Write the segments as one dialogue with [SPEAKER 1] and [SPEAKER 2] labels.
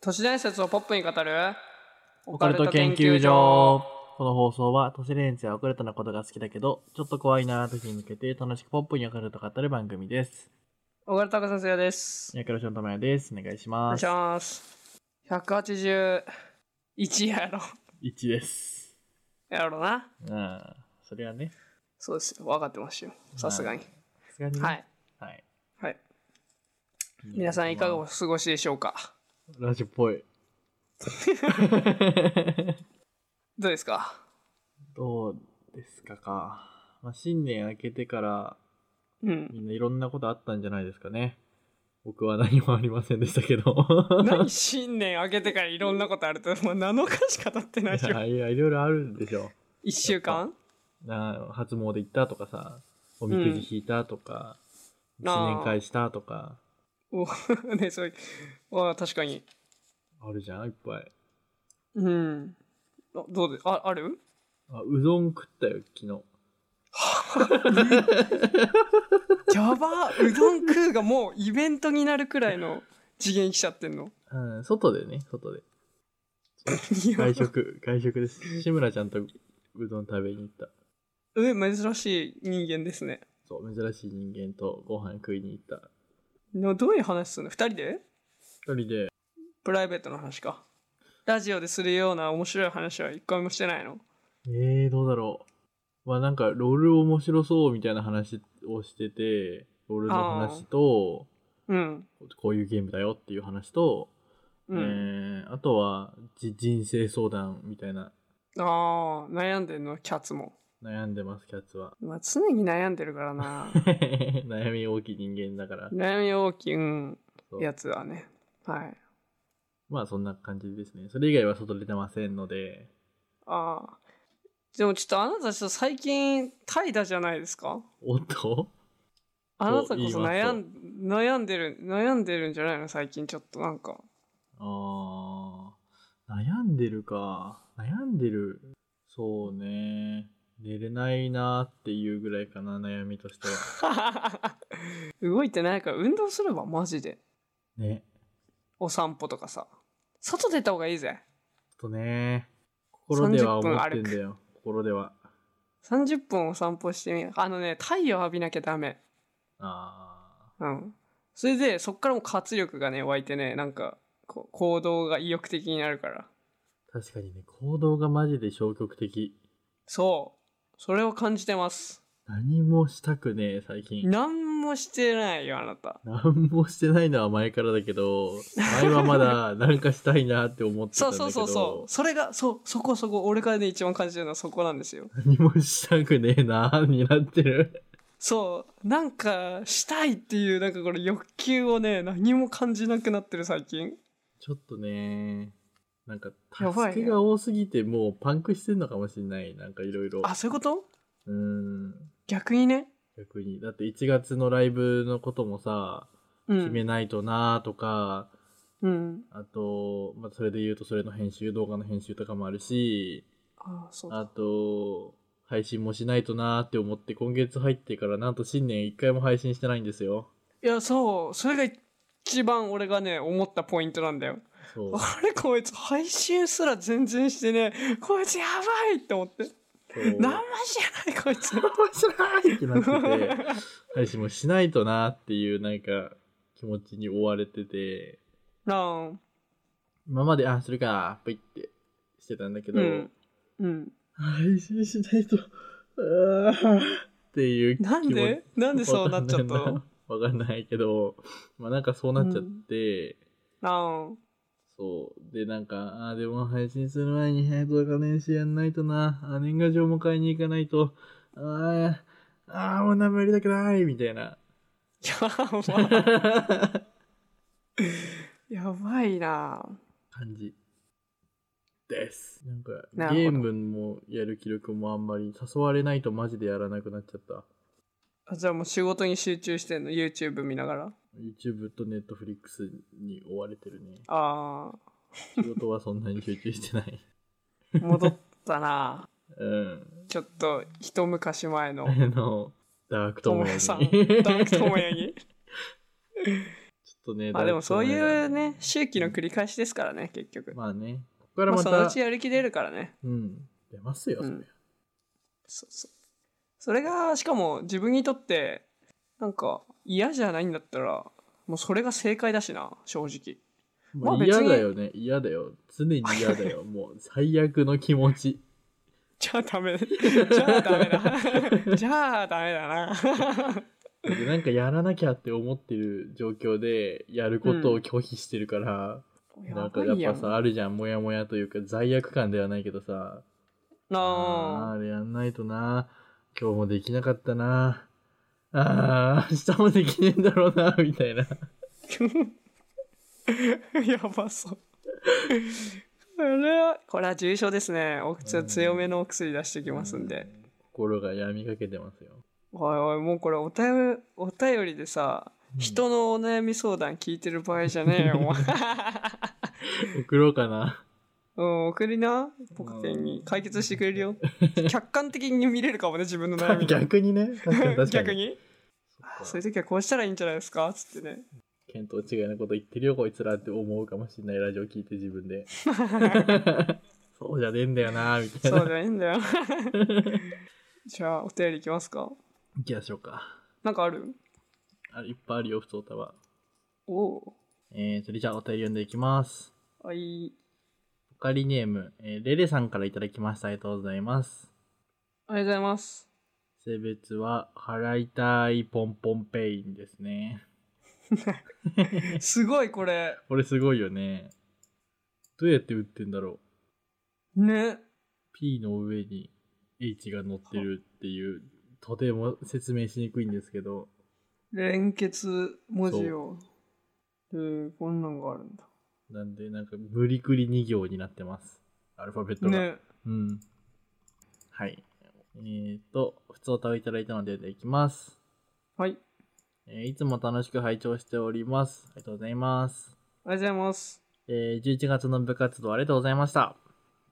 [SPEAKER 1] 都市伝説をポップに語る
[SPEAKER 2] オカルト研究所。この放送は、都市伝説やオカルトなことが好きだけど、ちょっと怖いなー時に向けて、楽しくポップにオカルトを語る番組です。
[SPEAKER 1] 小倉隆先生です。
[SPEAKER 2] ヤクロションとまやです。お願いし
[SPEAKER 1] お願
[SPEAKER 2] ま
[SPEAKER 1] いし
[SPEAKER 2] す。
[SPEAKER 1] ます。181やろ。
[SPEAKER 2] 1です。
[SPEAKER 1] やろな。
[SPEAKER 2] うん。それはね、
[SPEAKER 1] そうですよ。分かってますよ。さすがに。
[SPEAKER 2] さすがにね、
[SPEAKER 1] はい。
[SPEAKER 2] はい。
[SPEAKER 1] はい。皆さんいかがお
[SPEAKER 2] も
[SPEAKER 1] 過ごしでしょうか
[SPEAKER 2] ラジオっぽい。
[SPEAKER 1] どうですか
[SPEAKER 2] どうですかか。まあ、新年明けてから、
[SPEAKER 1] うん。
[SPEAKER 2] みんないろんなことあったんじゃないですかね。僕は何もありませんでしたけど。
[SPEAKER 1] 何新年明けてからいろんなことあると、 もう7日しか経ってない
[SPEAKER 2] い
[SPEAKER 1] よ。
[SPEAKER 2] やいや、いろいろあるんでしょ。
[SPEAKER 1] 1週間
[SPEAKER 2] な初詣行ったとかさ、おみくじ引いたとか、
[SPEAKER 1] あー
[SPEAKER 2] 記念会したとか、
[SPEAKER 1] おね、そういう。あ確かに。
[SPEAKER 2] あるじゃん、いっぱい。
[SPEAKER 1] うん。あどうで、あ、ある
[SPEAKER 2] あ、うどん食ったよ、昨日。
[SPEAKER 1] やばうどん食うがもうイベントになるくらいの次元来ちゃってんの。
[SPEAKER 2] うん、外でね、外で。
[SPEAKER 1] い や
[SPEAKER 2] 外食、外食です。志村ちゃんとうどん食べに行った。
[SPEAKER 1] え珍しい人間ですね。
[SPEAKER 2] そう、珍しい人間とご飯食いに行った。
[SPEAKER 1] のどういう話するの二人で
[SPEAKER 2] 一人で、
[SPEAKER 1] プライベートの話か。ラジオでするような面白い話は一回もしてないの。
[SPEAKER 2] えー、どうだろう。まあなんか、ロール面白そうみたいな話をしてて、ロールの話と、
[SPEAKER 1] うん。
[SPEAKER 2] こういうゲームだよっていう話と、
[SPEAKER 1] うん。
[SPEAKER 2] えーあとはじ人生相談みたいな
[SPEAKER 1] ああ、悩んでんの、キャッツも。
[SPEAKER 2] 悩んでますキャッツは。
[SPEAKER 1] まあ、常に悩んでるからな
[SPEAKER 2] 悩み大きい人間だから
[SPEAKER 1] 悩み大きい、うん、
[SPEAKER 2] そう
[SPEAKER 1] やつはね。はい。
[SPEAKER 2] まあそんな感じですねそれ以外は外出てませんので
[SPEAKER 1] ああ。でもちょっとあなたちょっと最近怠惰じゃないですか
[SPEAKER 2] おっと
[SPEAKER 1] あなたこ
[SPEAKER 2] 言い
[SPEAKER 1] そ
[SPEAKER 2] ます
[SPEAKER 1] 悩ん悩んでる悩んでるんじゃないの最近ちょっとなんか
[SPEAKER 2] あー悩んでるか悩んでるそうね寝れないなっていうぐらいかな悩みとしては
[SPEAKER 1] 動いてないから運動すればマジで
[SPEAKER 2] ね
[SPEAKER 1] お散歩とかさ外出た方がいいぜ
[SPEAKER 2] ちょっとね心では思ってんだよ心では
[SPEAKER 1] 30分お散歩してみあのね太陽浴びなきゃダメ
[SPEAKER 2] あ
[SPEAKER 1] うんそれでそっからもう活力がね湧いてねなんかこう行動が意欲的になるから
[SPEAKER 2] ー確かにね行動がマジで消極的
[SPEAKER 1] そうそれを感じてます
[SPEAKER 2] 何もしたくねえ最近
[SPEAKER 1] 何もしてないよあなた
[SPEAKER 2] 何もしてないのは前からだ けど前はまだ何かしたいなって思ってた
[SPEAKER 1] そ
[SPEAKER 2] ん
[SPEAKER 1] う
[SPEAKER 2] だけど
[SPEAKER 1] そうそうそうそれがそうそこそこ俺がね一番感じてるのはそこなんですよ
[SPEAKER 2] 何もしたくねえなーになってる
[SPEAKER 1] そうなんかしたいっていうなんかこれ欲求をね何も感じなくなってる最近
[SPEAKER 2] ちょっとねなんか
[SPEAKER 1] や
[SPEAKER 2] タ
[SPEAKER 1] ばいね
[SPEAKER 2] スクが多すぎてもうパンクしてんのかもしんないなんかいろいろ
[SPEAKER 1] あそういうこと
[SPEAKER 2] うーん
[SPEAKER 1] 逆にね
[SPEAKER 2] 逆にだって1月のライブのこともさ
[SPEAKER 1] う
[SPEAKER 2] 決め
[SPEAKER 1] ん、
[SPEAKER 2] ないとなーとか、
[SPEAKER 1] うん、
[SPEAKER 2] あと、まあ、それで言うとそれの編集動画の編集とかもあるし
[SPEAKER 1] あそうだ
[SPEAKER 2] あと、配信もしないとなーって思って、今月入ってからなんと新年一回も配信してないんですよ。
[SPEAKER 1] いやそうそれが一番俺がね思ったポイントなんだよ
[SPEAKER 2] そう。
[SPEAKER 1] あれこいつ配信すら全然してねこいつやばいって思って
[SPEAKER 2] そう
[SPEAKER 1] 何もしてないこいつ
[SPEAKER 2] 何もしないってな ってて、配信もしないとなーっていうなんか気持ちに追われてて、
[SPEAKER 1] なあ
[SPEAKER 2] 今まで、あ、それか、ぷいってしてたんだけど、
[SPEAKER 1] うんうん
[SPEAKER 2] 配信しないと、あーっていう気持ち
[SPEAKER 1] なんでなんでそうなっちゃったの
[SPEAKER 2] わかんないけど、まあなんかそうなっちゃって、
[SPEAKER 1] あ
[SPEAKER 2] そう。で、なんか、ああー、でも配信する前に早くか年始やんないとな。あー年賀状も買いに行かないと。ああ、ああ、もう何もやりたくないみたいな。
[SPEAKER 1] あやば
[SPEAKER 2] 感
[SPEAKER 1] いやばいな
[SPEAKER 2] じ。です。なんか、
[SPEAKER 1] なる
[SPEAKER 2] ゲ
[SPEAKER 1] ほ
[SPEAKER 2] ー
[SPEAKER 1] ど
[SPEAKER 2] ムもやる気力もあんまり誘われないとマジでやらなくなっちゃった。
[SPEAKER 1] あじゃあもう仕事に集中してんの YouTube 見ながら
[SPEAKER 2] YouTube と Netflix に追われてるね。
[SPEAKER 1] あ
[SPEAKER 2] 仕事はそんなに集中してない。
[SPEAKER 1] あ戻った な
[SPEAKER 2] うん。
[SPEAKER 1] ちょっと一昔前の
[SPEAKER 2] あ の、ダークトモヤに
[SPEAKER 1] トモヤさんダークトモヤに
[SPEAKER 2] ょっとね、
[SPEAKER 1] まあでもそういうね、
[SPEAKER 2] し
[SPEAKER 1] 周期の繰り返しですからね、結局。ま
[SPEAKER 2] まあね、ここか
[SPEAKER 1] あ、
[SPEAKER 2] らまた、
[SPEAKER 1] そのうちやる気出るからね。
[SPEAKER 2] うん、出ますよ、
[SPEAKER 1] う
[SPEAKER 2] そ
[SPEAKER 1] ん
[SPEAKER 2] れ
[SPEAKER 1] そうそう。それが、しかも自分にとって、なんか嫌じゃないんだったら、もうそれが正解だしな、正直。
[SPEAKER 2] まあ
[SPEAKER 1] まあ別
[SPEAKER 2] 嫌
[SPEAKER 1] に
[SPEAKER 2] だよね、嫌だよ、常に嫌 だよ、もう最悪の気持ち。
[SPEAKER 1] じゃあダメ。じゃあダメ だ。じゃあダメだな。
[SPEAKER 2] でなんかやらなきゃって思ってる状況で、やることを拒否してるから、なんかや
[SPEAKER 1] ばいや
[SPEAKER 2] っ
[SPEAKER 1] ん
[SPEAKER 2] ぱさ、あるじゃん、モヤモヤというか、罪悪感ではないけどさ、あー
[SPEAKER 1] なあ
[SPEAKER 2] あれやんないとな、今日もできなかったな、ああ、明日もできねえんだろうな、みたいな。
[SPEAKER 1] やばそう。これは、これは重症ですね。お口は強めのお薬出してきますんで。
[SPEAKER 2] 心が病みかけてますよ。
[SPEAKER 1] おいおい、もうこれお便り、お便りでさ、人のお悩み相談聞いてる場合じゃねえよ、もう
[SPEAKER 2] 送ろうかな。
[SPEAKER 1] うん、送りな、ポカケンに。解決してくれるよ。客観的に見れるかもね、自分の悩みが。
[SPEAKER 2] 逆 にね。確かに確かに。
[SPEAKER 1] 逆に
[SPEAKER 2] そ
[SPEAKER 1] そう
[SPEAKER 2] っ
[SPEAKER 1] いう
[SPEAKER 2] か
[SPEAKER 1] 時はこうしたらいいんじゃないですかつってね。
[SPEAKER 2] 見当違いなこと言ってるよ、こいつらって思うかもしれないラジオ聞いて自分で。そうじゃねえんだよな、みたい
[SPEAKER 1] そ
[SPEAKER 2] な。
[SPEAKER 1] うじゃないんだよ。じゃあ、お便りいきますか。
[SPEAKER 2] 行きましょうか。
[SPEAKER 1] なんかある
[SPEAKER 2] あいっぱいあるよ、普通歌は。
[SPEAKER 1] おお
[SPEAKER 2] えー、それじゃあお便り読んでいきます。
[SPEAKER 1] う。あい、
[SPEAKER 2] ポカリネーム、えーレレさんからいただきました。ありがとうございます。
[SPEAKER 1] ありがとうございます。
[SPEAKER 2] 性別は、払いたいポンポンペインですね。
[SPEAKER 1] すごい、これ。
[SPEAKER 2] これすごいよね。どうやって打ってんだろう。
[SPEAKER 1] ね。
[SPEAKER 2] P の上に H が乗ってるっていう、とても説明しにくいんですけど、
[SPEAKER 1] 連結文字を。えー、こんなんがあるんだ。
[SPEAKER 2] なんで、なんか、無理くり2行になってます。アルファベットが。
[SPEAKER 1] ね。
[SPEAKER 2] うん。はい。えーと、普通お歌をいただいたので、いきます。
[SPEAKER 1] はい。
[SPEAKER 2] えーいつも楽しく拝聴しております。ありがとうございます。
[SPEAKER 1] ありがとうございます。
[SPEAKER 2] えー11月の部活動ありがとうございました。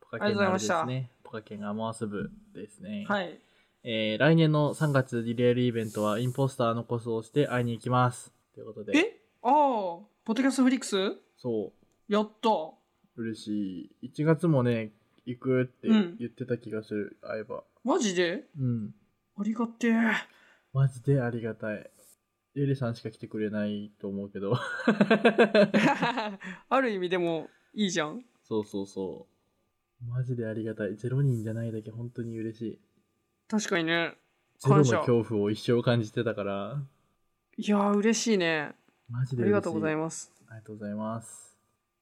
[SPEAKER 2] ポカケ
[SPEAKER 1] ありが
[SPEAKER 2] ンのあれです
[SPEAKER 1] とうござ
[SPEAKER 2] ね。ポカケンが回す部ですね。
[SPEAKER 1] はい。
[SPEAKER 2] えー来年の3月リレールイベントはインポスターのコスをして会いに行きます。ということで。
[SPEAKER 1] えああ、ポッドキャストフリックス
[SPEAKER 2] そ
[SPEAKER 1] やった。
[SPEAKER 2] う。嬉しい。1月もね、行くって
[SPEAKER 1] うん
[SPEAKER 2] 言ってた気がする。会えば。
[SPEAKER 1] マジで
[SPEAKER 2] うん。
[SPEAKER 1] ありがて え。
[SPEAKER 2] マジでありがたい。エレさんしか来てくれないと思うけど。
[SPEAKER 1] ある意味でもいいじゃん。
[SPEAKER 2] そうそうそう。マジでありがたい。ゼロ人じゃないだけ本当に嬉しい。
[SPEAKER 1] 確かにね。
[SPEAKER 2] ゼロの
[SPEAKER 1] 感謝
[SPEAKER 2] 恐怖を一生感じてたから、
[SPEAKER 1] いやー、嬉しいね。
[SPEAKER 2] マジ
[SPEAKER 1] あ
[SPEAKER 2] で嬉しい。
[SPEAKER 1] りがとうござい
[SPEAKER 2] ま
[SPEAKER 1] ます。
[SPEAKER 2] す。ありがとうございます。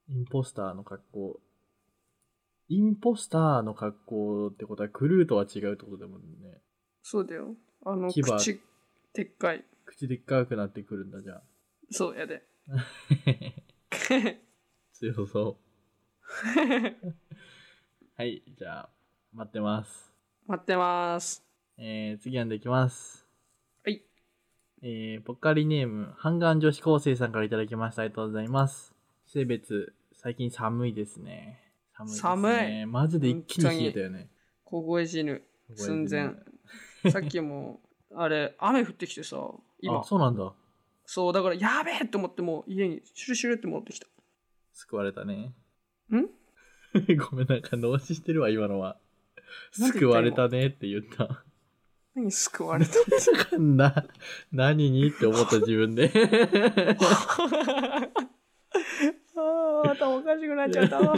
[SPEAKER 2] インポスターの格好。インポスターの格好ってことはクルーとは違うってことだもんね。
[SPEAKER 1] そうだよ。あの、
[SPEAKER 2] 牙
[SPEAKER 1] 口、でっかい。
[SPEAKER 2] 口でっかくなってくるんだじゃん。
[SPEAKER 1] そうや で。
[SPEAKER 2] 強そう。はい、じゃあ、待ってます。
[SPEAKER 1] 待ってます。
[SPEAKER 2] えー、次読んでいきます。
[SPEAKER 1] はい。
[SPEAKER 2] えー、ポッカリネーム、半眼女子高生さんからいただきました。ありがとうございます。性別、最近寒いですね。寒いですね。
[SPEAKER 1] 寒
[SPEAKER 2] い。マジで一気に冷えたよね。
[SPEAKER 1] 凍え死ぬ。寸前。さっきも、あれ、雨降ってきてさ、
[SPEAKER 2] 今。
[SPEAKER 1] 今
[SPEAKER 2] あ、。そうなんだ。
[SPEAKER 1] そう、だから、やべえと思って、もう家にシュルシュルって戻ってきた。
[SPEAKER 2] 救われたね。
[SPEAKER 1] ん
[SPEAKER 2] ごめん、なんか脳死してるわ、今のは。
[SPEAKER 1] なんて言
[SPEAKER 2] 救
[SPEAKER 1] った
[SPEAKER 2] われたねって言った。
[SPEAKER 1] 何救われた
[SPEAKER 2] な、何にって思った自分 で。
[SPEAKER 1] あ あ、頭おかしくなっちゃったわ。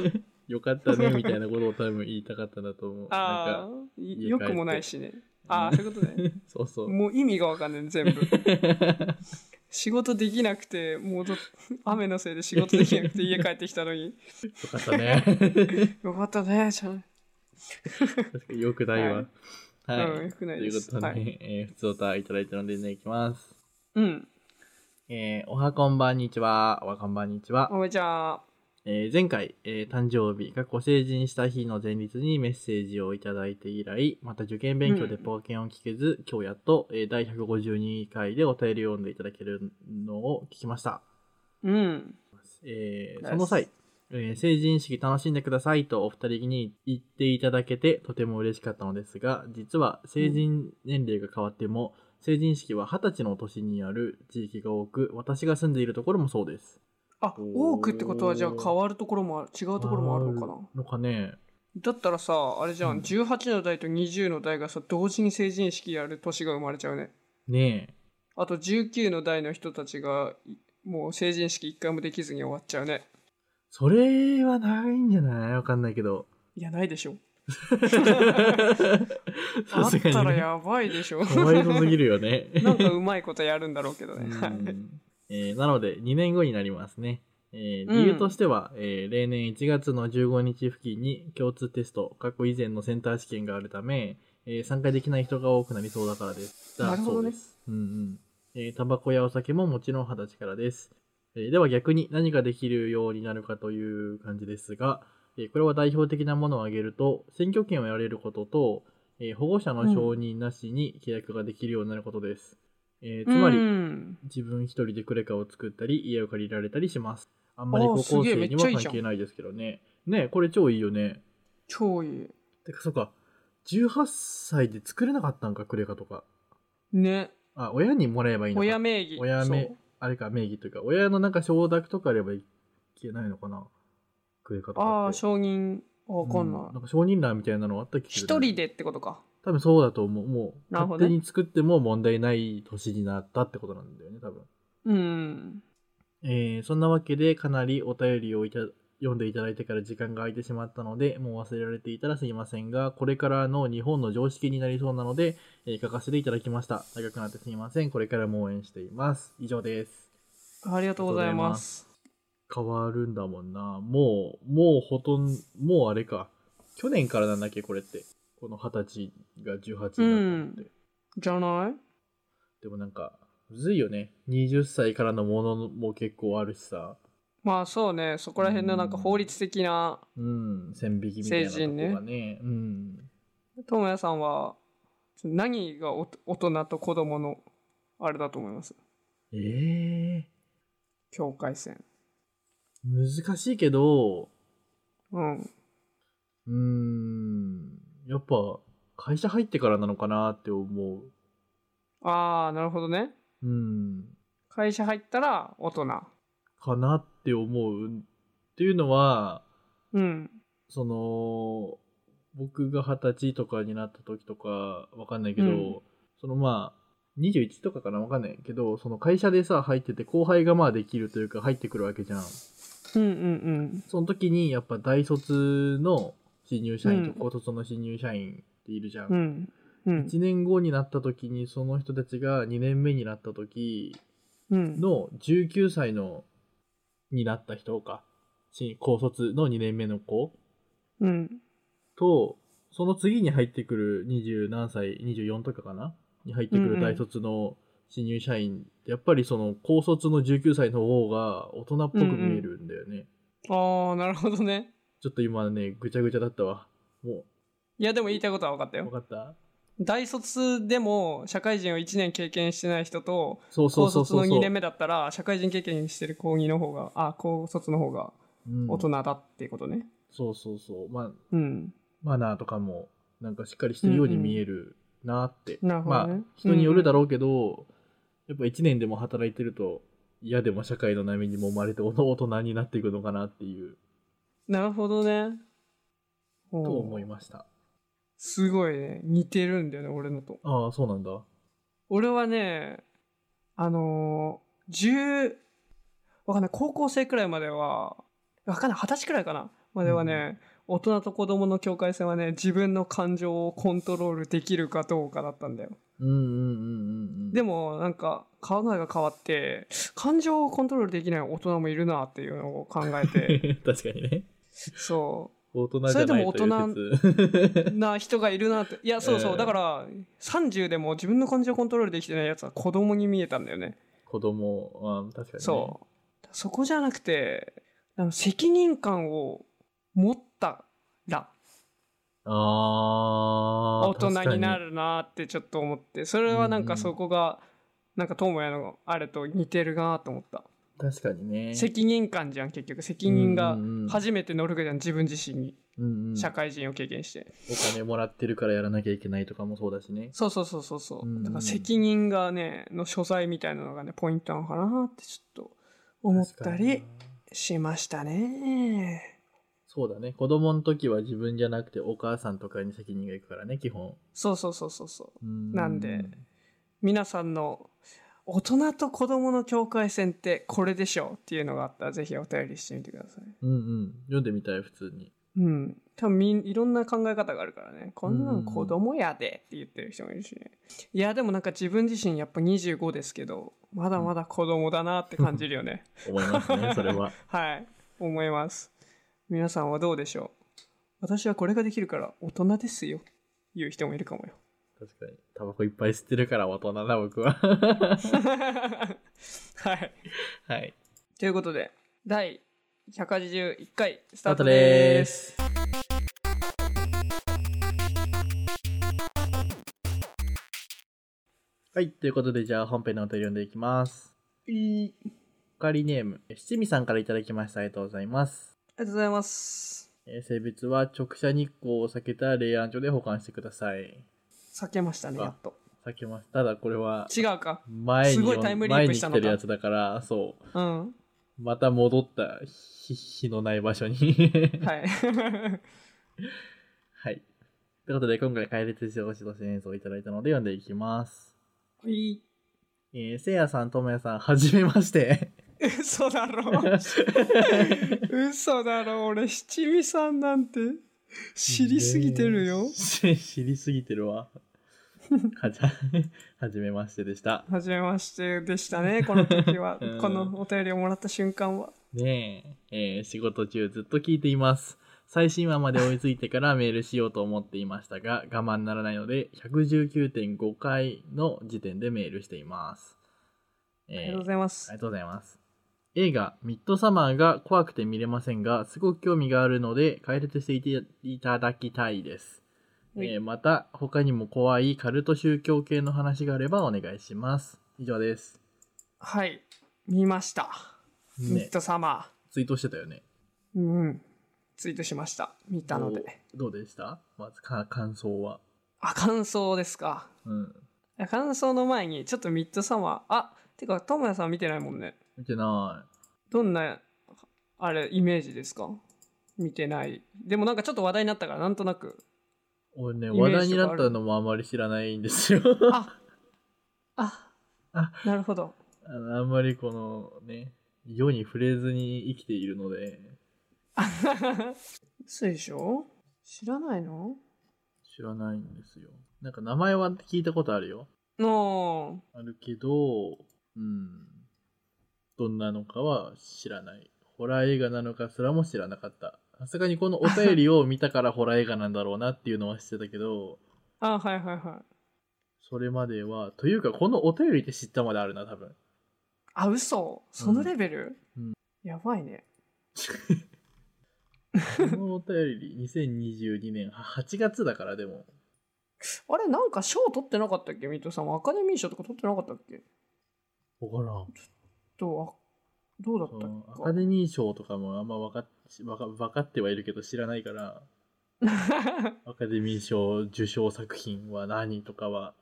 [SPEAKER 2] よかったね、みたいなことを多分言いたかったんだと思う。
[SPEAKER 1] ああ
[SPEAKER 2] なんか、
[SPEAKER 1] いよくもないしね。ああ、そういうことね。
[SPEAKER 2] そうそう。
[SPEAKER 1] もう意味がわかんない、全部。 仕事できなくて、戻っ雨のせいで仕事できなくて家帰ってきたのに、
[SPEAKER 2] よかった ね。確
[SPEAKER 1] よかったね、じゃん。
[SPEAKER 2] かによくないわ。はい。
[SPEAKER 1] うん、よく
[SPEAKER 2] と
[SPEAKER 1] ない
[SPEAKER 2] い
[SPEAKER 1] で
[SPEAKER 2] う
[SPEAKER 1] す。
[SPEAKER 2] ことで、
[SPEAKER 1] はい、
[SPEAKER 2] えー、普通おたいただいたので、ね、いきます。
[SPEAKER 1] うん、
[SPEAKER 2] えー、おはこんばんにちは。おはこんばんにちは
[SPEAKER 1] お。めちゃ
[SPEAKER 2] えー前回、えー誕生日がご成人した日の前日にメッセージをいただいて以来また受験勉強でポーケンを聞けず、今日やっと、えー第152回でお便りを読んでいただけるのを聞きました、
[SPEAKER 1] ん。うん。
[SPEAKER 2] えー
[SPEAKER 1] ナイス
[SPEAKER 2] その際、えー成人式楽しんでくださいとお二人に言っていただけてとても嬉しかったのですが実は成人年齢が変わっても、成人式は二十歳の年にある地域が多く、私が住んでいるところもそうです。
[SPEAKER 1] あ
[SPEAKER 2] おー
[SPEAKER 1] 多くってことはじゃあ変わるところもある違うところもあるのかな
[SPEAKER 2] のかね。
[SPEAKER 1] だったらさあれじゃ
[SPEAKER 2] うん
[SPEAKER 1] ん18の代と20の代がさ同時に成人式やる年が生まれちゃうね
[SPEAKER 2] ねえ。
[SPEAKER 1] あと19の代の人たちがいもう成人式一回もできずに終わっちゃうね
[SPEAKER 2] それはないんじゃないわかんない けど。
[SPEAKER 1] いやないでしょあ
[SPEAKER 2] さ
[SPEAKER 1] っ
[SPEAKER 2] すがにね
[SPEAKER 1] たらやばいでしょ
[SPEAKER 2] かわいそうすぎるよね。
[SPEAKER 1] なんかうまいことやるんだろうけど
[SPEAKER 2] う
[SPEAKER 1] ねはい
[SPEAKER 2] んえーなので2年後になりますね。えー
[SPEAKER 1] うん
[SPEAKER 2] 理由としては、えー例年1月の15日付近に共通テスト、過去以前のセンター試験があるため、えー参加できない人が多くなりそうだからです。だ
[SPEAKER 1] なるほどね
[SPEAKER 2] そうです。うんうん。えータバコやお酒ももちろん二十歳からです。えーでは逆に何ができるようになるかという感じですが、えーこれは代表的なものを挙げると、選挙権を得られることと、えー保護者の承認なしに契約ができるようになることです。えーつまり、
[SPEAKER 1] うん
[SPEAKER 2] 自分一人でクレカを作ったり家を借りられたりしますあんまり
[SPEAKER 1] あー
[SPEAKER 2] 高校
[SPEAKER 1] すげえ
[SPEAKER 2] 生に
[SPEAKER 1] めっ
[SPEAKER 2] は
[SPEAKER 1] ちゃいい
[SPEAKER 2] 関
[SPEAKER 1] じゃん
[SPEAKER 2] 係ないですけどねねこれ超いいよね
[SPEAKER 1] 超いい
[SPEAKER 2] てかそっか18歳で作れなかったんかクレカとか
[SPEAKER 1] ね
[SPEAKER 2] あ親にもらえばいいの
[SPEAKER 1] 親
[SPEAKER 2] か
[SPEAKER 1] 名義
[SPEAKER 2] 親名
[SPEAKER 1] そう
[SPEAKER 2] あれか名義というか親のなんか承諾とかあればいけないのかなクレカとか
[SPEAKER 1] ああ
[SPEAKER 2] 認
[SPEAKER 1] 承認わかんない
[SPEAKER 2] なんか承認欄みたいなのあったっけ
[SPEAKER 1] 一人でってことか
[SPEAKER 2] 多分そうだと思うもう
[SPEAKER 1] なるほど
[SPEAKER 2] 勝
[SPEAKER 1] ね
[SPEAKER 2] 手に作っても問題ない年になったってことなんだよね多分
[SPEAKER 1] うん
[SPEAKER 2] えーそんなわけでかなりお便りをいた読んでいただいてから時間が空いてしまったのでもう忘れられていたらすいませんがこれからの日本の常識になりそうなので、えー書かせていただきました長くなってすいませんこれからも応援しています以上です
[SPEAKER 1] ありがとうございます
[SPEAKER 2] 変わるんだもんなもうもうほとんどもうあれか去年からなんだっけこれってこの二十歳が18になったのって、
[SPEAKER 1] うんじゃない
[SPEAKER 2] でもなんかむずいよね20歳からのものも結構あるしさ
[SPEAKER 1] まあそうねそこら辺のなんか法律的な
[SPEAKER 2] うん、線引きみたいなとこがね。うん。
[SPEAKER 1] 智也さんは何がお大人と子供のあれだと思います
[SPEAKER 2] ええ
[SPEAKER 1] 境界線
[SPEAKER 2] 難しいけど、
[SPEAKER 1] うん
[SPEAKER 2] うーん、やっぱ会社入ってからなのかなって思う。
[SPEAKER 1] ああなるほどね
[SPEAKER 2] うん、
[SPEAKER 1] 会社入ったら大人
[SPEAKER 2] かなって思う。っていうのは、
[SPEAKER 1] うん
[SPEAKER 2] その、僕が二十歳とかになった時とか、わかんないけど、
[SPEAKER 1] うん
[SPEAKER 2] そのまあ、21とかかなわかんないけど、その会社でさ、入ってて後輩がまあできるというか入ってくるわけじゃん。
[SPEAKER 1] うんうん
[SPEAKER 2] その時にやっぱ大卒の新入社員と
[SPEAKER 1] うん
[SPEAKER 2] 高卒の新入社員っているじゃん。
[SPEAKER 1] うんうんうん
[SPEAKER 2] 1年後になった時にその人たちが2年目になった時
[SPEAKER 1] うん
[SPEAKER 2] の19歳のになった人か新高卒の2年目の子
[SPEAKER 1] うん
[SPEAKER 2] とその次に入ってくる20何歳24とかかなに入ってく
[SPEAKER 1] うんう
[SPEAKER 2] る
[SPEAKER 1] ん
[SPEAKER 2] 大卒の新入社員ってやっぱりその高卒の19歳の方が大人っぽく見えるんだよね。
[SPEAKER 1] ああなるほどね
[SPEAKER 2] ちょっと今ねぐちゃぐちゃだったわ。もう
[SPEAKER 1] いやでも言いたいことは分かった
[SPEAKER 2] わ
[SPEAKER 1] よ
[SPEAKER 2] かった
[SPEAKER 1] 大卒でも社会人を1年経験してない人と
[SPEAKER 2] そうそう
[SPEAKER 1] 高
[SPEAKER 2] そう
[SPEAKER 1] 卒
[SPEAKER 2] そ
[SPEAKER 1] の
[SPEAKER 2] う。
[SPEAKER 1] 2年目だったら社会人経験してる高2の方があ高卒の方が
[SPEAKER 2] うん
[SPEAKER 1] 大人だっていうことね
[SPEAKER 2] そうそうそう。まあ、
[SPEAKER 1] うん
[SPEAKER 2] マナーとかも、なんかしっかりしてるように見えるなって。
[SPEAKER 1] なるほ
[SPEAKER 2] ま
[SPEAKER 1] ど
[SPEAKER 2] あ
[SPEAKER 1] ね、
[SPEAKER 2] 人によるだろうけど、やっぱ1年でも働いてると、嫌でも社会の波に揉まれて、お大人になっていくのかなっていう、
[SPEAKER 1] なるほどねと
[SPEAKER 2] と思いました。
[SPEAKER 1] すごいね似てるんだよね俺のと
[SPEAKER 2] ああ、そうなんだ。
[SPEAKER 1] 俺はねあのー、10わかんない高校生くらいまではわかんない二十歳くらいかなまではね、大人と子供の境界線はね自分の感情をコントロールできるかどうかだったんだよ
[SPEAKER 2] うんうんうんうんうん。
[SPEAKER 1] で
[SPEAKER 2] も、
[SPEAKER 1] もなんか考えが変わって感情をコントロールできない大人もいるなっていうのを考え て
[SPEAKER 2] 確かにね。
[SPEAKER 1] そう
[SPEAKER 2] 大人じゃないという説。
[SPEAKER 1] な人がいるなっていやそうそう、
[SPEAKER 2] えー
[SPEAKER 1] だから30でも自分の感情をコントロールできてないやつは子供に見えたんだよね
[SPEAKER 2] 子供、あ確かにね。
[SPEAKER 1] そうそこじゃなくてあの責任感を持ったら
[SPEAKER 2] ああ。
[SPEAKER 1] 大人にな
[SPEAKER 2] る。
[SPEAKER 1] るなってちょっと思ってそれはなん
[SPEAKER 2] うん
[SPEAKER 1] か
[SPEAKER 2] うん
[SPEAKER 1] そこが、なんか智也のあれと似てるなと思った、
[SPEAKER 2] 確かにね。
[SPEAKER 1] 責任感じゃん結局責任が
[SPEAKER 2] うんうん
[SPEAKER 1] 初めて乗るわけじゃん自分自身に
[SPEAKER 2] うんうん、
[SPEAKER 1] 社会人を経験して。
[SPEAKER 2] お金もらってるからやらなきゃいけないとかもそうだしね。
[SPEAKER 1] そうそうそうそうそう。
[SPEAKER 2] うんうん
[SPEAKER 1] だから責任がね、の所在みたいなのがね、ポイントなのかなってちょっと思った
[SPEAKER 2] 確
[SPEAKER 1] り
[SPEAKER 2] かにな
[SPEAKER 1] しましたね。
[SPEAKER 2] そうだね。子供の時は自分じゃなくてお母さんとかに責任がいくからね、基本。
[SPEAKER 1] そうそうそうそうそう。
[SPEAKER 2] うん
[SPEAKER 1] なんで皆さんの大人と子供の境界線ってこれでしょうっていうのがあったらぜひお便りしてみてください。
[SPEAKER 2] うんうん。読んでみたい、普通に。
[SPEAKER 1] うん。多分みんいろんな考え方があるからね。こんな
[SPEAKER 2] うん
[SPEAKER 1] の子供やでって言ってる人もいるしね。いやでもなんか自分自身やっぱ25ですけど、まだまだ子供だなって感じるよね。
[SPEAKER 2] 思います ね、それは。
[SPEAKER 1] はい。思います。皆さんはどうでしょう私はこれができるから大人ですよ。いう人もいるかも よ。
[SPEAKER 2] 確かに。タバコいっぱい吸ってるから大人だ、僕は。
[SPEAKER 1] はい。
[SPEAKER 2] はい。
[SPEAKER 1] ということで、第181回ス
[SPEAKER 2] ス
[SPEAKER 1] タートでーす。
[SPEAKER 2] す。はい。ということで、じゃあ本編のお便り読んでいきます。
[SPEAKER 1] いいあり
[SPEAKER 2] おかわりネーム、七味さんからいただきました。ありがとうございます。
[SPEAKER 1] がとうございます。
[SPEAKER 2] えー性別は直射日光を避けた冷暗所で保管してください。
[SPEAKER 1] 避けましたね、
[SPEAKER 2] あ
[SPEAKER 1] やっと。
[SPEAKER 2] 避けます。ただこれは、
[SPEAKER 1] 違うか。
[SPEAKER 2] 前
[SPEAKER 1] す
[SPEAKER 2] に
[SPEAKER 1] ごい
[SPEAKER 2] 読ん
[SPEAKER 1] タイムリ
[SPEAKER 2] 前
[SPEAKER 1] ープ
[SPEAKER 2] に
[SPEAKER 1] した
[SPEAKER 2] 来
[SPEAKER 1] のか
[SPEAKER 2] てるやつだから、そう。
[SPEAKER 1] うん。は
[SPEAKER 2] また戻った日日のない場所に。
[SPEAKER 1] い。
[SPEAKER 2] はい。ということで、今回、解列してほしいと演奏をいただいたので、読んでいきます。
[SPEAKER 1] いい。
[SPEAKER 2] えー、せいやさん、ともやさん、はじめまして。
[SPEAKER 1] 嘘だ ろ。嘘だろ。俺、七味さんなんて知りすぎてるよ。
[SPEAKER 2] し 知りすぎてるわ。はじ、 はじめましてでした。。
[SPEAKER 1] はじめましてでしたね、この時は
[SPEAKER 2] うん
[SPEAKER 1] このお便りをもらった瞬間は。
[SPEAKER 2] ねえ、えー仕事中ずっと聞いています。最新話まで追いついてからメールしようと思っていましたが、我慢ならないので、119.5回の時点でメールしています。えー
[SPEAKER 1] ありがとうございま
[SPEAKER 2] あ
[SPEAKER 1] す
[SPEAKER 2] り。がとうございます。映画、ミッドサマーが怖くて見れませんが、すごく興味があるので、解説していていただきたいです。
[SPEAKER 1] はい
[SPEAKER 2] えーまた、他にも怖いカルト宗教系の話があればお願いします。以上です。
[SPEAKER 1] はい。見ました。ミ
[SPEAKER 2] ね
[SPEAKER 1] ッ、ドサマ
[SPEAKER 2] ツイートしてたよね。
[SPEAKER 1] ー。うん。ツイートしました。見たので。
[SPEAKER 2] どうどうでしたまずか感想は。
[SPEAKER 1] あ、感想ですか。
[SPEAKER 2] うん。
[SPEAKER 1] いや感想の前に、ちょっとミッドサマー。あ、てか、ともやさん見てないもんね。
[SPEAKER 2] 見てな
[SPEAKER 1] どんな、あれ、イメージですか見てない。でもなんかちょっと話題になったから、なんとなく。
[SPEAKER 2] い。俺ね、
[SPEAKER 1] イメー
[SPEAKER 2] 話
[SPEAKER 1] ジ
[SPEAKER 2] 題にな
[SPEAKER 1] とか
[SPEAKER 2] っ
[SPEAKER 1] ある
[SPEAKER 2] たのもあまり知らないんですよ。
[SPEAKER 1] あ、あ、
[SPEAKER 2] あ
[SPEAKER 1] なるほど。
[SPEAKER 2] あのあんまりこのね、世に触れずに生きているので、
[SPEAKER 1] 嘘でしょ知らないの
[SPEAKER 2] 知らないんですよ。なんか名前は聞いたことあるよ。
[SPEAKER 1] の
[SPEAKER 2] あるけど、うん。どんなのかは知らない。ホラー映画なのかすらも知らなかった。さすがにこのお便りを見たからホラー映画なんだろうなっていうのは知ってたけど、
[SPEAKER 1] あ、はいはいはい。
[SPEAKER 2] それまでは、というかこのお便りって知ったまであるな、多分。
[SPEAKER 1] あ、嘘そのレベル、
[SPEAKER 2] うんうん
[SPEAKER 1] やばいね。
[SPEAKER 2] このお便り2022年8月だからでも。
[SPEAKER 1] あれ、なんか賞取ってなかったっけミッドさんはアカデミー賞とか取ってなかったっけ
[SPEAKER 2] わからん。
[SPEAKER 1] どう、あどうだ
[SPEAKER 2] そ
[SPEAKER 1] っ
[SPEAKER 2] のア
[SPEAKER 1] た
[SPEAKER 2] カデミー賞とかもあんま分かっわかわかってはいるけど知らない から、
[SPEAKER 1] っけ
[SPEAKER 2] アカデミー賞受賞作品は何とかは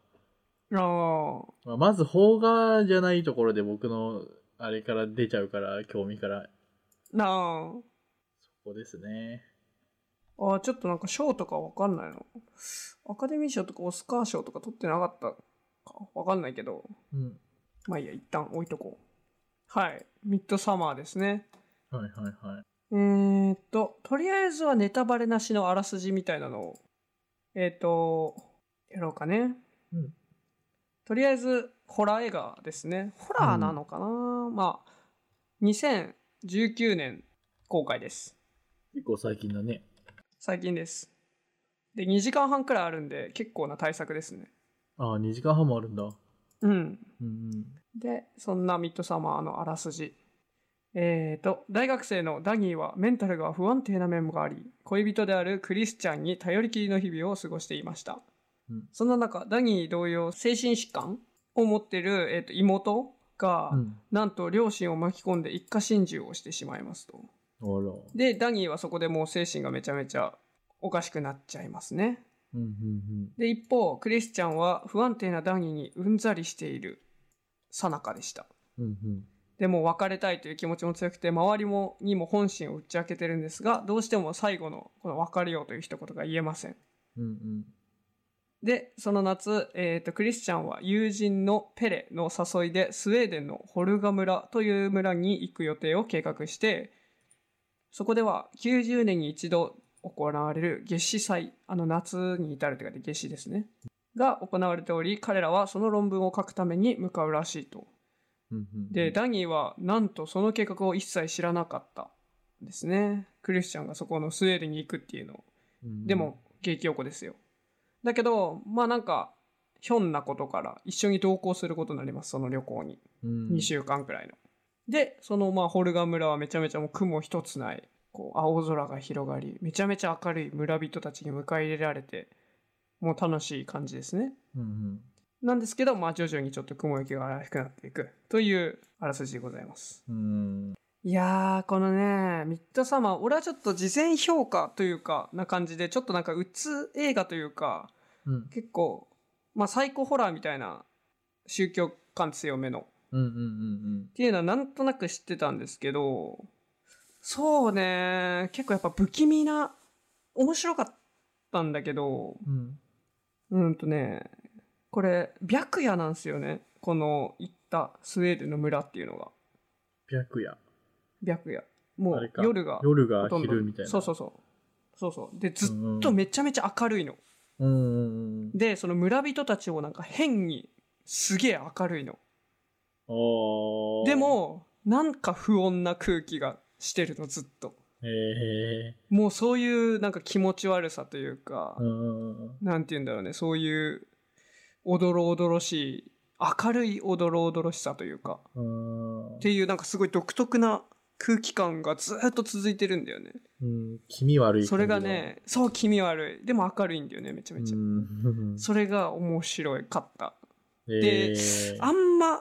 [SPEAKER 1] ああ。
[SPEAKER 2] まあ、まず邦画じゃないところで僕のあれから出ちゃうから興味から
[SPEAKER 1] なあ。
[SPEAKER 2] そこですね
[SPEAKER 1] あーちょっとなんか賞とかわかんないの。アカデミー賞とかオスカー賞とか取ってなかったかわかんないけど、
[SPEAKER 2] うん
[SPEAKER 1] まあいいや、一旦置いとこう。はい。ミッドサマーですね。
[SPEAKER 2] はいはいはい
[SPEAKER 1] えー、っと、とりあえずはネタバレなしのあらすじみたいなのを、えー、っと、やろうかね。
[SPEAKER 2] うん
[SPEAKER 1] とりあえず、ホラー映画ですね。ホラーなのかな、まあ、2019年公開です。
[SPEAKER 2] 結構最近だね
[SPEAKER 1] 最近です。で、2時間半くらいあるんで、結構な対策ですね。
[SPEAKER 2] ああ2時間半もあるんだう
[SPEAKER 1] うん。
[SPEAKER 2] んうん
[SPEAKER 1] で、そんなミッドサマーのあらすじ。えーと、大学生のダニーはメンタルが不安定な面もあり、恋人であるクリスチャンに頼りきりの日々を過ごしていました。
[SPEAKER 2] うん
[SPEAKER 1] そんな中、ダニー同様、精神疾患を持ってる、えーと妹が、
[SPEAKER 2] うん
[SPEAKER 1] なんと両親を巻き込んで一家心中をしてしまいますと。
[SPEAKER 2] あら。
[SPEAKER 1] で、ダニーはそこでもう精神がめちゃめちゃおかしくなっちゃいますね。
[SPEAKER 2] うんうん
[SPEAKER 1] で、一方、クリスチャンは不安定なダニーにうんざりしているさなかでした。
[SPEAKER 2] うん。うんうん。
[SPEAKER 1] でもう別れたいという気持ちも強くて、周りもにも本心を打ち明けてるんですが、どうしても最後のこの別れようという一言が言えません。
[SPEAKER 2] うんうん。
[SPEAKER 1] で、その夏、えっ、と、クリスチャンは友人のペレの誘いで、スウェーデンのホルガ村という村に行く予定を計画して、そこでは90年に一度行われる夏至祭、あの夏に至るというか夏至ですね。が行われており、彼らはその論文を書くために向かうらしいと。
[SPEAKER 2] うんうん。
[SPEAKER 1] で、ダニーはなんとその計画を一切知らなかったんですね。クリスチャンがそこのスウェーデンに行くっていうのを。
[SPEAKER 2] うんうん
[SPEAKER 1] でも、、激おこですよ。だけど、まあなんか、ひょんなことから一緒に同行することになります、その旅行に。
[SPEAKER 2] うん
[SPEAKER 1] 2。週間くらいの。で、そのまあホルガ村はめちゃめちゃもう雲一つない、こう青空が広がり、めちゃめちゃ明るい村人たちに迎え入れられて、もう楽しい感じですね。
[SPEAKER 2] うんうん。
[SPEAKER 1] なんですけど、まあ徐々にちょっと雲行きが怪しくなっていくというあらすじでございます。
[SPEAKER 2] うん。
[SPEAKER 1] いやー、このね、ミッドサマー、俺はちょっと事前評価というか、な感じで、ちょっとなんか、うつ映画というか、
[SPEAKER 2] うん
[SPEAKER 1] 結構、まあ、サイコホラーみたいな宗教感強めのっ
[SPEAKER 2] うんうんうん
[SPEAKER 1] ていうのはなんとなく知ってたんですけどそうね結構やっぱ不気味な面白かったんだけど
[SPEAKER 2] うん。うん。
[SPEAKER 1] うんとねこれ白夜なんですよねこの行ったスウェーデンの村っていうのが
[SPEAKER 2] 白夜。
[SPEAKER 1] 白夜も
[SPEAKER 2] あれ
[SPEAKER 1] う
[SPEAKER 2] か
[SPEAKER 1] 夜が
[SPEAKER 2] 夜
[SPEAKER 1] ほ
[SPEAKER 2] が
[SPEAKER 1] とんど
[SPEAKER 2] 昼みたいな。
[SPEAKER 1] そうそうそうそうそうでずっ
[SPEAKER 2] っ
[SPEAKER 1] とめちゃめちゃ明るいの
[SPEAKER 2] うんうんうん。
[SPEAKER 1] でその村人たちをなんか変にすげえ明るいの
[SPEAKER 2] あー
[SPEAKER 1] で、もなんか不穏な空気がしてるのずっと
[SPEAKER 2] へえ。
[SPEAKER 1] もうそういうなんか気持ち悪さというか、
[SPEAKER 2] うんうん
[SPEAKER 1] なんて言うんだろうねそういうおどろおどろしい明るいおどろおどろしさというか
[SPEAKER 2] うん。うん
[SPEAKER 1] っ。ていうなんかすごい独特な空気感がずっと続いてるんだよね
[SPEAKER 2] うん、気味悪い感じの
[SPEAKER 1] それが、ねそう気味悪いでも明るいんだよねめちゃ
[SPEAKER 2] う
[SPEAKER 1] めちゃ、
[SPEAKER 2] ん、
[SPEAKER 1] それが面白かった
[SPEAKER 2] えー
[SPEAKER 1] あんま、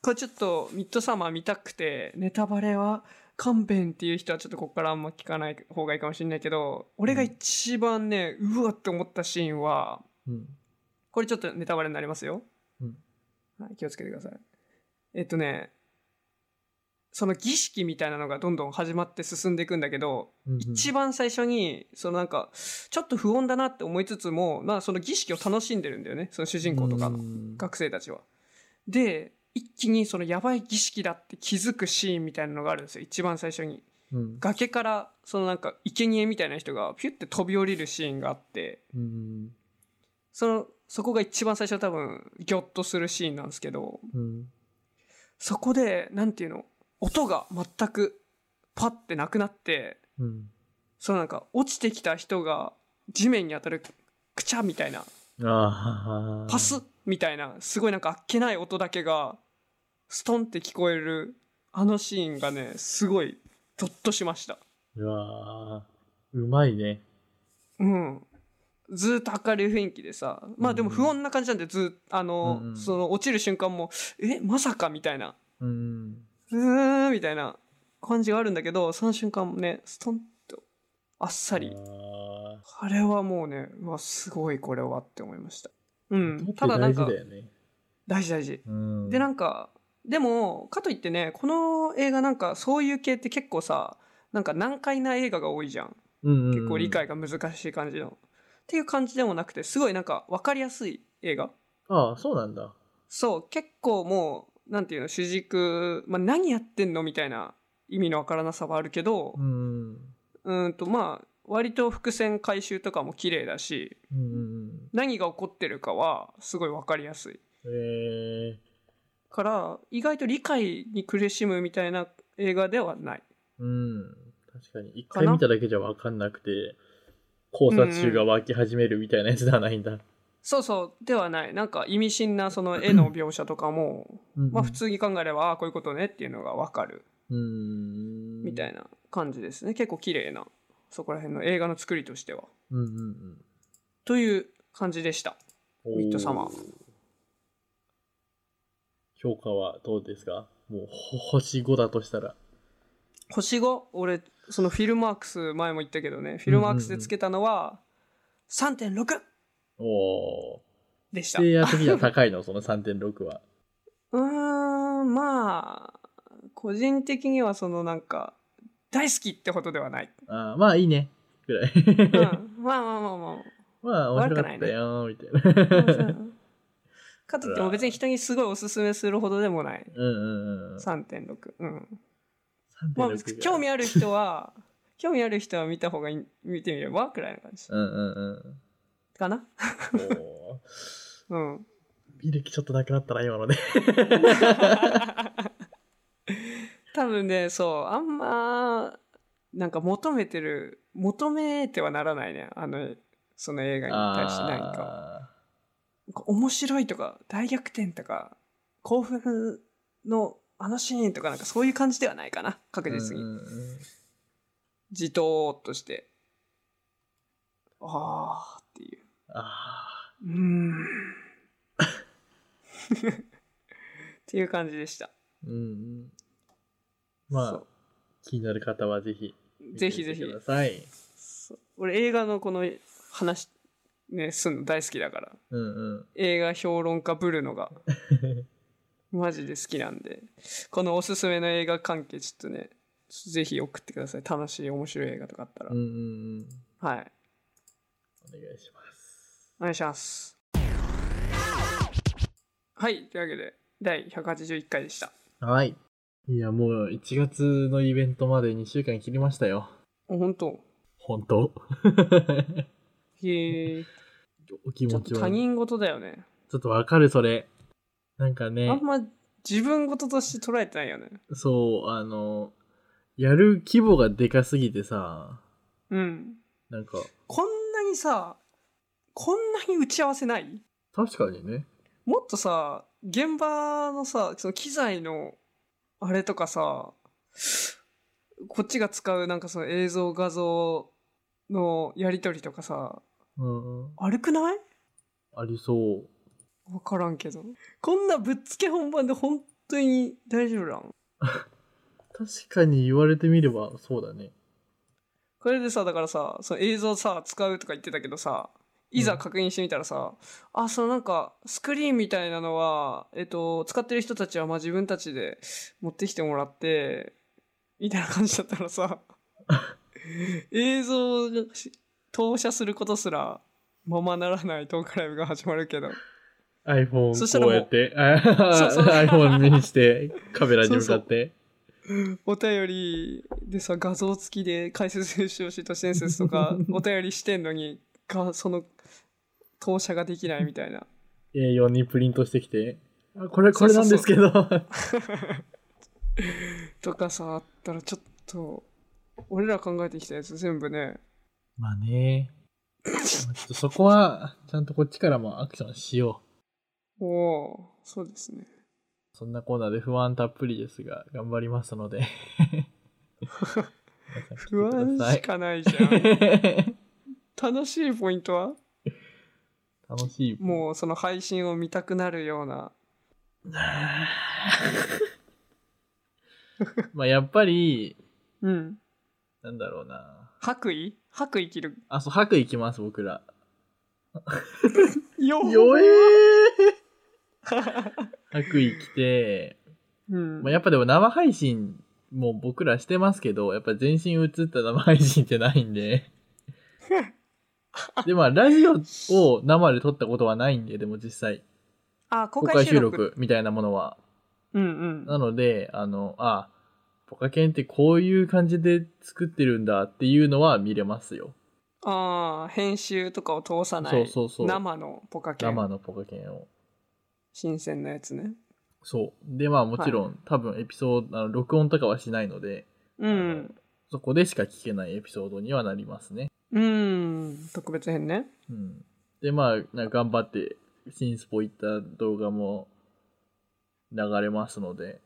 [SPEAKER 1] これちょっとミッドサマー見たくて、ネタバレは勘弁っていう人はちょっとここからあんま聞かない方がいいかもしれないけど、俺が一番ね、うわって思ったシーンは、
[SPEAKER 2] うん、
[SPEAKER 1] これちょっとネタバレになりますよ。
[SPEAKER 2] うん
[SPEAKER 1] はい、気をつけてください。えっとね、その儀式みたいなのがどんどん始まって進んでいくんだけど、一
[SPEAKER 2] 番、
[SPEAKER 1] 番最初に、そのなんか、ちょっと不穏だなって思いつつも、まあその儀式を楽しんでるんだよね、その主人公とか。
[SPEAKER 2] うん
[SPEAKER 1] 学生たちは。で一気にそのやばい儀式だって気づくシーンみたいなのがあるんですよ一番最初に
[SPEAKER 2] うん
[SPEAKER 1] 崖からそのなんか生贄みたいな人がピュッて飛び降りるシーンがあって
[SPEAKER 2] うん
[SPEAKER 1] そのそこが一番最初多分ギョッとするシーンなんですけど
[SPEAKER 2] うん
[SPEAKER 1] そこでなんていうの音が全くパッてなくなって
[SPEAKER 2] うん
[SPEAKER 1] そのなんか落ちてきた人が地面に当たるくちゃみたいな
[SPEAKER 2] あー
[SPEAKER 1] パスみたいなすごいなんかあっけない音だけがストンって聞こえるあのシーンがねすごいゾッとしました
[SPEAKER 2] うわーうまいね
[SPEAKER 1] うんずーっと明るい雰囲気でさまあでも不穏な感じなんでずーっあの、
[SPEAKER 2] うんうん
[SPEAKER 1] その落ちる瞬間もえまさかみたいな
[SPEAKER 2] うん
[SPEAKER 1] うーんみたいな感じがあるんだけどその瞬間もねストンとあっさり
[SPEAKER 2] あ
[SPEAKER 1] あれはもうねうわすごいこれはって思いましたう
[SPEAKER 2] ー音
[SPEAKER 1] ん
[SPEAKER 2] って
[SPEAKER 1] ただなんか
[SPEAKER 2] 大事だよね
[SPEAKER 1] 大事大事
[SPEAKER 2] うん
[SPEAKER 1] でなんかでもかといってねこの映画なんかそういう系って結構さなんか難解な映画が多いじゃん結構理解が難しい感じの、っていう感じでもなくてすごいなんか分かりやすい映画
[SPEAKER 2] ああそうなんだ
[SPEAKER 1] そう結構もうなんていうの主軸、まあ、何やってんのみたいな意味のわからなさはあるけど
[SPEAKER 2] うん
[SPEAKER 1] うーんとまあ割と伏線回収とかも綺麗だし
[SPEAKER 2] うん
[SPEAKER 1] 何が起こってるかはすごい分かりやすい
[SPEAKER 2] えー
[SPEAKER 1] から意外と理解に苦しむみたいな映画ではない
[SPEAKER 2] うん確かに一
[SPEAKER 1] か
[SPEAKER 2] 回
[SPEAKER 1] な
[SPEAKER 2] 見ただけじゃ分かんなくて考察中が湧き始めるみたいなやつではないんだ
[SPEAKER 1] そうそうではないなんか意味深なその絵の描写とかも、まあ普通に考えればああこういうことねっていうのがわかる
[SPEAKER 2] うん
[SPEAKER 1] みたいな感じですね結構綺麗なそこら辺の映画の作りとしては
[SPEAKER 2] うんうんうん
[SPEAKER 1] という感じでしたミッドサマー
[SPEAKER 2] お評価はどうですかもうほ星5だとしたら。
[SPEAKER 1] 星5俺そのフィルマークス前も言ったけどねフィルマークスでつけたのは3.6
[SPEAKER 2] おー。
[SPEAKER 1] でした
[SPEAKER 2] 制約的には高いの、その3.6は。
[SPEAKER 1] うーんまあ個人的にはそのなんか大好きってことではない、
[SPEAKER 2] あーまあいいね。ぐらい。
[SPEAKER 1] うん、まあまあまあまあ
[SPEAKER 2] まあ面白かったよー、みたい
[SPEAKER 1] まあ
[SPEAKER 2] な。
[SPEAKER 1] そう かといっても別に人にすごいおすすめするほどでもない
[SPEAKER 2] うんうんうん。
[SPEAKER 1] 3.6うん
[SPEAKER 2] 3.6
[SPEAKER 1] まあ
[SPEAKER 2] ぐらい
[SPEAKER 1] 興味ある人は 興味ある人は見た方がいい見てみればくらいの感じ
[SPEAKER 2] うんうんうん。
[SPEAKER 1] かな
[SPEAKER 2] おー
[SPEAKER 1] うん
[SPEAKER 2] 見る気ちょっとなくなったな、今ので。
[SPEAKER 1] 多分ねそうあんまなんか求めてる求めてはならないねあのその映画に対して何か
[SPEAKER 2] あ
[SPEAKER 1] こう面白いとか大逆転とか興奮のあのシーンとかなんかそういう感じではないかな
[SPEAKER 2] ー
[SPEAKER 1] 確実に、
[SPEAKER 2] うんうんうん
[SPEAKER 1] じとーっとしてああっていう
[SPEAKER 2] あ
[SPEAKER 1] うーん っていう感じでした
[SPEAKER 2] ーうんうん。ま
[SPEAKER 1] そ
[SPEAKER 2] あ、気になる方はぜひ。
[SPEAKER 1] うぜひぜひ
[SPEAKER 2] 見てみてください。
[SPEAKER 1] そう俺映画のこの話ねすんの大好きだから
[SPEAKER 2] うんうん。
[SPEAKER 1] 映画評論家ブルノ がマジで好きなんでこのおすすめの映画関係ちょっとねぜひ送ってください楽しい面白い映画とかあったら、
[SPEAKER 2] うんうんうん。
[SPEAKER 1] はい
[SPEAKER 2] お願いします。
[SPEAKER 1] お願いしますはいというわけで第181回でした
[SPEAKER 2] はい。いや、もう1月のイベントまで2週間切りましたよ。
[SPEAKER 1] お本当
[SPEAKER 2] 本当
[SPEAKER 1] へえ
[SPEAKER 2] お気
[SPEAKER 1] ちょ
[SPEAKER 2] 持
[SPEAKER 1] っと
[SPEAKER 2] ち
[SPEAKER 1] 他
[SPEAKER 2] は。ち
[SPEAKER 1] 人事だよね
[SPEAKER 2] ょっとわかる、それ。なんか
[SPEAKER 1] あ
[SPEAKER 2] ね
[SPEAKER 1] ん、ま自分事として捉えてないよね
[SPEAKER 2] そう、あの、やる規模がでかすぎてさ、
[SPEAKER 1] うん
[SPEAKER 2] なんか、
[SPEAKER 1] こんなにさこんなに打ち合わせない
[SPEAKER 2] 確かにね。
[SPEAKER 1] もっとさ、現場のさ、その機材の、あれとかさ、こっちが使うなんかその映像画像のやりとりとかさ、
[SPEAKER 2] うんうん。
[SPEAKER 1] あれくない
[SPEAKER 2] ありそう。
[SPEAKER 1] わからんけど。こんなぶっつけ本番で本当に大丈夫なん
[SPEAKER 2] 確かに言われてみればそうだね。
[SPEAKER 1] これでさ、だからさ、その映像さ、使うとか言ってたけどさ、いざ確認してみたらさ、あ、そのなんか、スクリーンみたいなのは、えっと、使ってる人たちはまあ自分たちで持ってきてもらって、みたいな感じだったらさ、映像をし投射することすら、ままならないトークライブが始まるけど、そした
[SPEAKER 2] iPhone
[SPEAKER 1] らも
[SPEAKER 2] こ
[SPEAKER 1] う
[SPEAKER 2] うやって、あ
[SPEAKER 1] そうそう
[SPEAKER 2] iPhone にしてカメラに向かって。
[SPEAKER 1] お便りでさ、画像付きで解説しようし、都市伝説と か、お便りしてんのに、が、その、投射ができないみたいな。
[SPEAKER 2] A4 にプリントしてきて。あこれ、これなんですけど。
[SPEAKER 1] とかさあったらちょっと俺ら考えてきたやつ全部ね
[SPEAKER 2] まあね。まあちょっとそこは、ちゃんとこっちからもアクションしよ
[SPEAKER 1] おおーそうですね
[SPEAKER 2] う。そんなコーナーで不安たっぷりですが、頑張りますので。皆さん
[SPEAKER 1] 不
[SPEAKER 2] 聞い
[SPEAKER 1] 安
[SPEAKER 2] てくださ
[SPEAKER 1] し
[SPEAKER 2] い
[SPEAKER 1] かないじゃん楽しいポイントは
[SPEAKER 2] 楽しい。
[SPEAKER 1] もうその配信を見たくなるような
[SPEAKER 2] まあやっぱり、
[SPEAKER 1] うん
[SPEAKER 2] なんだろうな。
[SPEAKER 1] 白衣白衣着る
[SPEAKER 2] あ、そう、白衣行きます、僕ら。
[SPEAKER 1] よっ
[SPEAKER 2] よえー
[SPEAKER 1] う
[SPEAKER 2] 白衣着て、
[SPEAKER 1] ん
[SPEAKER 2] まあ、やっぱでも生配信も僕らしてますけど、やっぱ全身映った生配信ってないんで。 で、まあ、ラジオを生で撮ったことはないんで、でも実際、
[SPEAKER 1] あ公
[SPEAKER 2] 公
[SPEAKER 1] 開
[SPEAKER 2] 開
[SPEAKER 1] 収
[SPEAKER 2] 収
[SPEAKER 1] 録
[SPEAKER 2] 録みたいなものは。
[SPEAKER 1] うんう
[SPEAKER 2] なんので、あの、あ、ポカケンってこういう感じで作ってるんだっていうのは見れますよ。
[SPEAKER 1] ああ編集とかを通さない
[SPEAKER 2] そうそうそう
[SPEAKER 1] 生のポカケン
[SPEAKER 2] 生のポカケンを。
[SPEAKER 1] 新鮮なやつね
[SPEAKER 2] そう。で、まあもちろん、多分エピソード、あの録音とかはしないので、
[SPEAKER 1] うん
[SPEAKER 2] そこでしか聞けないエピソードにはなりますね。
[SPEAKER 1] うん特別編ね
[SPEAKER 2] うん、でまあなんか頑張って新スポ行った動画も流れますので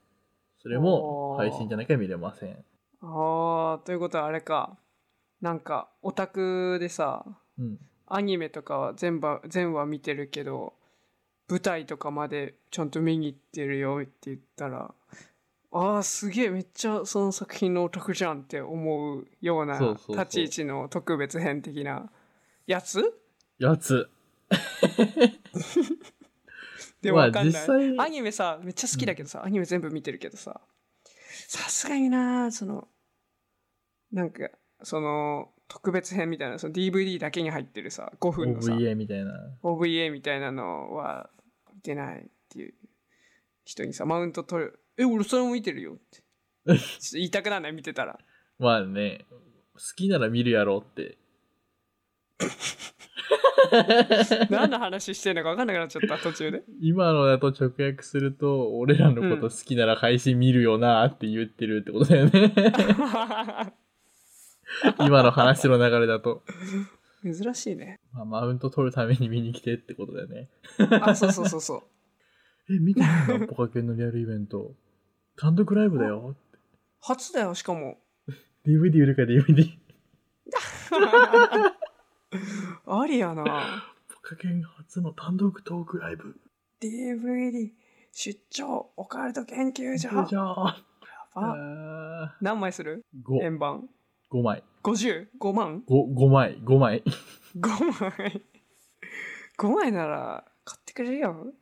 [SPEAKER 2] それも
[SPEAKER 1] おー
[SPEAKER 2] 配信じゃなきゃ見れません
[SPEAKER 1] ああということはあれかなんかオタクでさ
[SPEAKER 2] うん
[SPEAKER 1] アニメとかは全部全話見てるけど舞台とかまでちゃんと見に行ってるよって言ったらああ、すげえ、めっちゃその作品のオタクじゃんって思うような
[SPEAKER 2] そうそうそう
[SPEAKER 1] 立ち位置の特別編的なやつ
[SPEAKER 2] やつ。
[SPEAKER 1] でも
[SPEAKER 2] まあ
[SPEAKER 1] わかんない、
[SPEAKER 2] 実際
[SPEAKER 1] アニメさめっちゃ好きだけどさ、アニメ全部見てるけどささすがになそのなんかその特別編みたいなその DVD だけに入ってるさ5分のさ OVA,
[SPEAKER 2] OVA みたいな。
[SPEAKER 1] みたいなのは見てないっていう人にさマウント取る「え俺それも見てるよ」ってちょっと言いたくなんない見てた ら
[SPEAKER 2] まあね、好きなら見るやろって。
[SPEAKER 1] 何の話してんのか分かんなくなっちゃった途 中で
[SPEAKER 2] 今のだと直訳すると、俺らのこと好きなら配信見るよなって言ってるってことだよね。 今の話の流れだと。
[SPEAKER 1] 珍しいね
[SPEAKER 2] まあ、マウント取るために見に来てってことだよね。
[SPEAKER 1] あそうそうそうそう
[SPEAKER 2] え、見てるん だ、ポカケンのリアルイベント。単独ライブだよ。
[SPEAKER 1] 初だよしかも
[SPEAKER 2] DVD 売るから DVD。
[SPEAKER 1] ありやな
[SPEAKER 2] ポカケン初の単独トークライブ。
[SPEAKER 1] DVD 出張オカルト研究所
[SPEAKER 2] じゃあ。
[SPEAKER 1] あ
[SPEAKER 2] あ
[SPEAKER 1] 何枚する
[SPEAKER 2] 5、
[SPEAKER 1] 円盤
[SPEAKER 2] 5枚。
[SPEAKER 1] 55万
[SPEAKER 2] 5、5枚、5枚。
[SPEAKER 1] 5枚5枚なら買ってくれるよ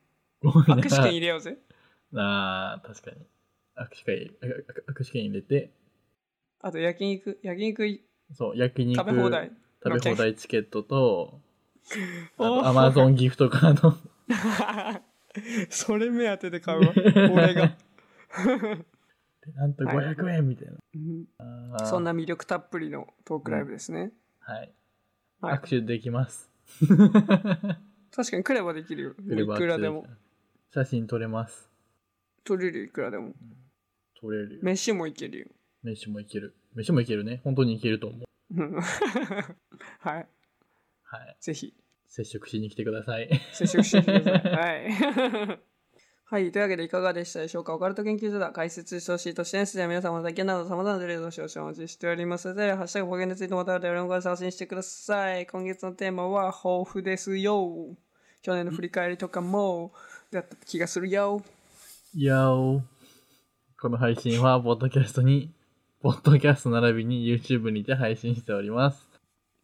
[SPEAKER 2] 5枚
[SPEAKER 1] 握手券入れようぜ
[SPEAKER 2] ああ、確かに。握手会、あ握手券入れて、
[SPEAKER 1] あと焼肉焼肉
[SPEAKER 2] そう、焼肉
[SPEAKER 1] 食べ放題
[SPEAKER 2] 食べ放題チケットと、
[SPEAKER 1] お
[SPEAKER 2] あと
[SPEAKER 1] ー
[SPEAKER 2] アマゾンギフトカード。
[SPEAKER 1] それ目当てで買うわ俺 が、
[SPEAKER 2] でなんと
[SPEAKER 1] はい
[SPEAKER 2] 500円みたいな。
[SPEAKER 1] うん
[SPEAKER 2] あー
[SPEAKER 1] そん。な魅力たっぷりのトークライブですね、
[SPEAKER 2] はい。
[SPEAKER 1] はい
[SPEAKER 2] 握手できます。
[SPEAKER 1] 確かに来ればできるよ
[SPEAKER 2] 来れ
[SPEAKER 1] い
[SPEAKER 2] ば
[SPEAKER 1] くらでも。
[SPEAKER 2] 写真撮れます。
[SPEAKER 1] 取れるよいくらでも
[SPEAKER 2] 撮れるよ。
[SPEAKER 1] 飯もいけるよ
[SPEAKER 2] 飯もいける。飯もいけるね。本当にいけると思う。
[SPEAKER 1] うん はい
[SPEAKER 2] はい。
[SPEAKER 1] ぜひ
[SPEAKER 2] 接触しに来てください。
[SPEAKER 1] 接触してください。はい。 はい。というわけで、いかがでしたでしょうかオカルト研究所では解説してほしいとしてですね、皆様の体験など様々な事例の少々お待ちしておりますので、ハッシュタグポケンについてまたお便りのご参信してください。今月のテーマは、抱負ですよ。去年の振り返りとかも、だった気がするよ。
[SPEAKER 2] やお。この配信は、ポッドキャストに、ポッドキャスト並びに YouTube にて配信しております。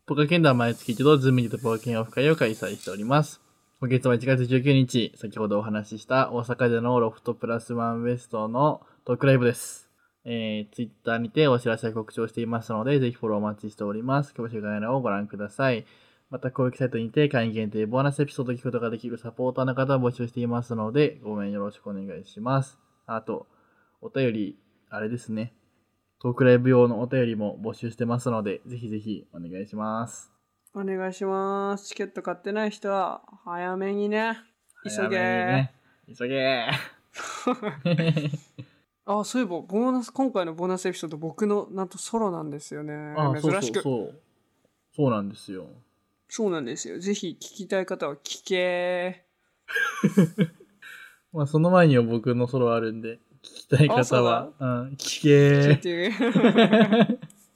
[SPEAKER 2] ポカケンでは毎月一度、ズームにてポカケンオフ会を開催しております。今月は1月19日、先ほどお話しした大阪でのロフトプラスワンウエストのトークライブです。えー、Twitter にてお知らせや告知をしていますので、ぜひフォローお待ちしております。詳しい概要欄をご覧ください。また、公益サイトにて会員限定ボーナスエピソードを聞くことができるサポーターの方を募集していますので、ごめんよろしくお願いします。あと、お便り、あれですね。トークライブ用のお便りも募集してますので、ぜひぜひお願いします。
[SPEAKER 1] お願いします。チケット買ってない人は、早めにね。急げ
[SPEAKER 2] 早めにね急げ
[SPEAKER 1] あ、そういえば、ボーナス、今回のボーナスエピソード、僕の、なんとソロなんですよね。
[SPEAKER 2] あそうそ
[SPEAKER 1] 珍
[SPEAKER 2] う
[SPEAKER 1] しく。
[SPEAKER 2] そう。そうなんですよ。
[SPEAKER 1] そうなんですよ。ぜひ聞きたい方は聞け。
[SPEAKER 2] まあ、その前には僕のソロあるんで、聞きたい
[SPEAKER 1] あそ
[SPEAKER 2] 方
[SPEAKER 1] う
[SPEAKER 2] は
[SPEAKER 1] だ、
[SPEAKER 2] うん、聞
[SPEAKER 1] 聞い
[SPEAKER 2] け
[SPEAKER 1] て。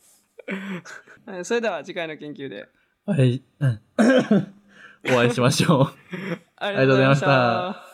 [SPEAKER 1] はいそれでは次回の研究で。
[SPEAKER 2] はい。うんお会いしましょう。
[SPEAKER 1] あ
[SPEAKER 2] りがとうございました。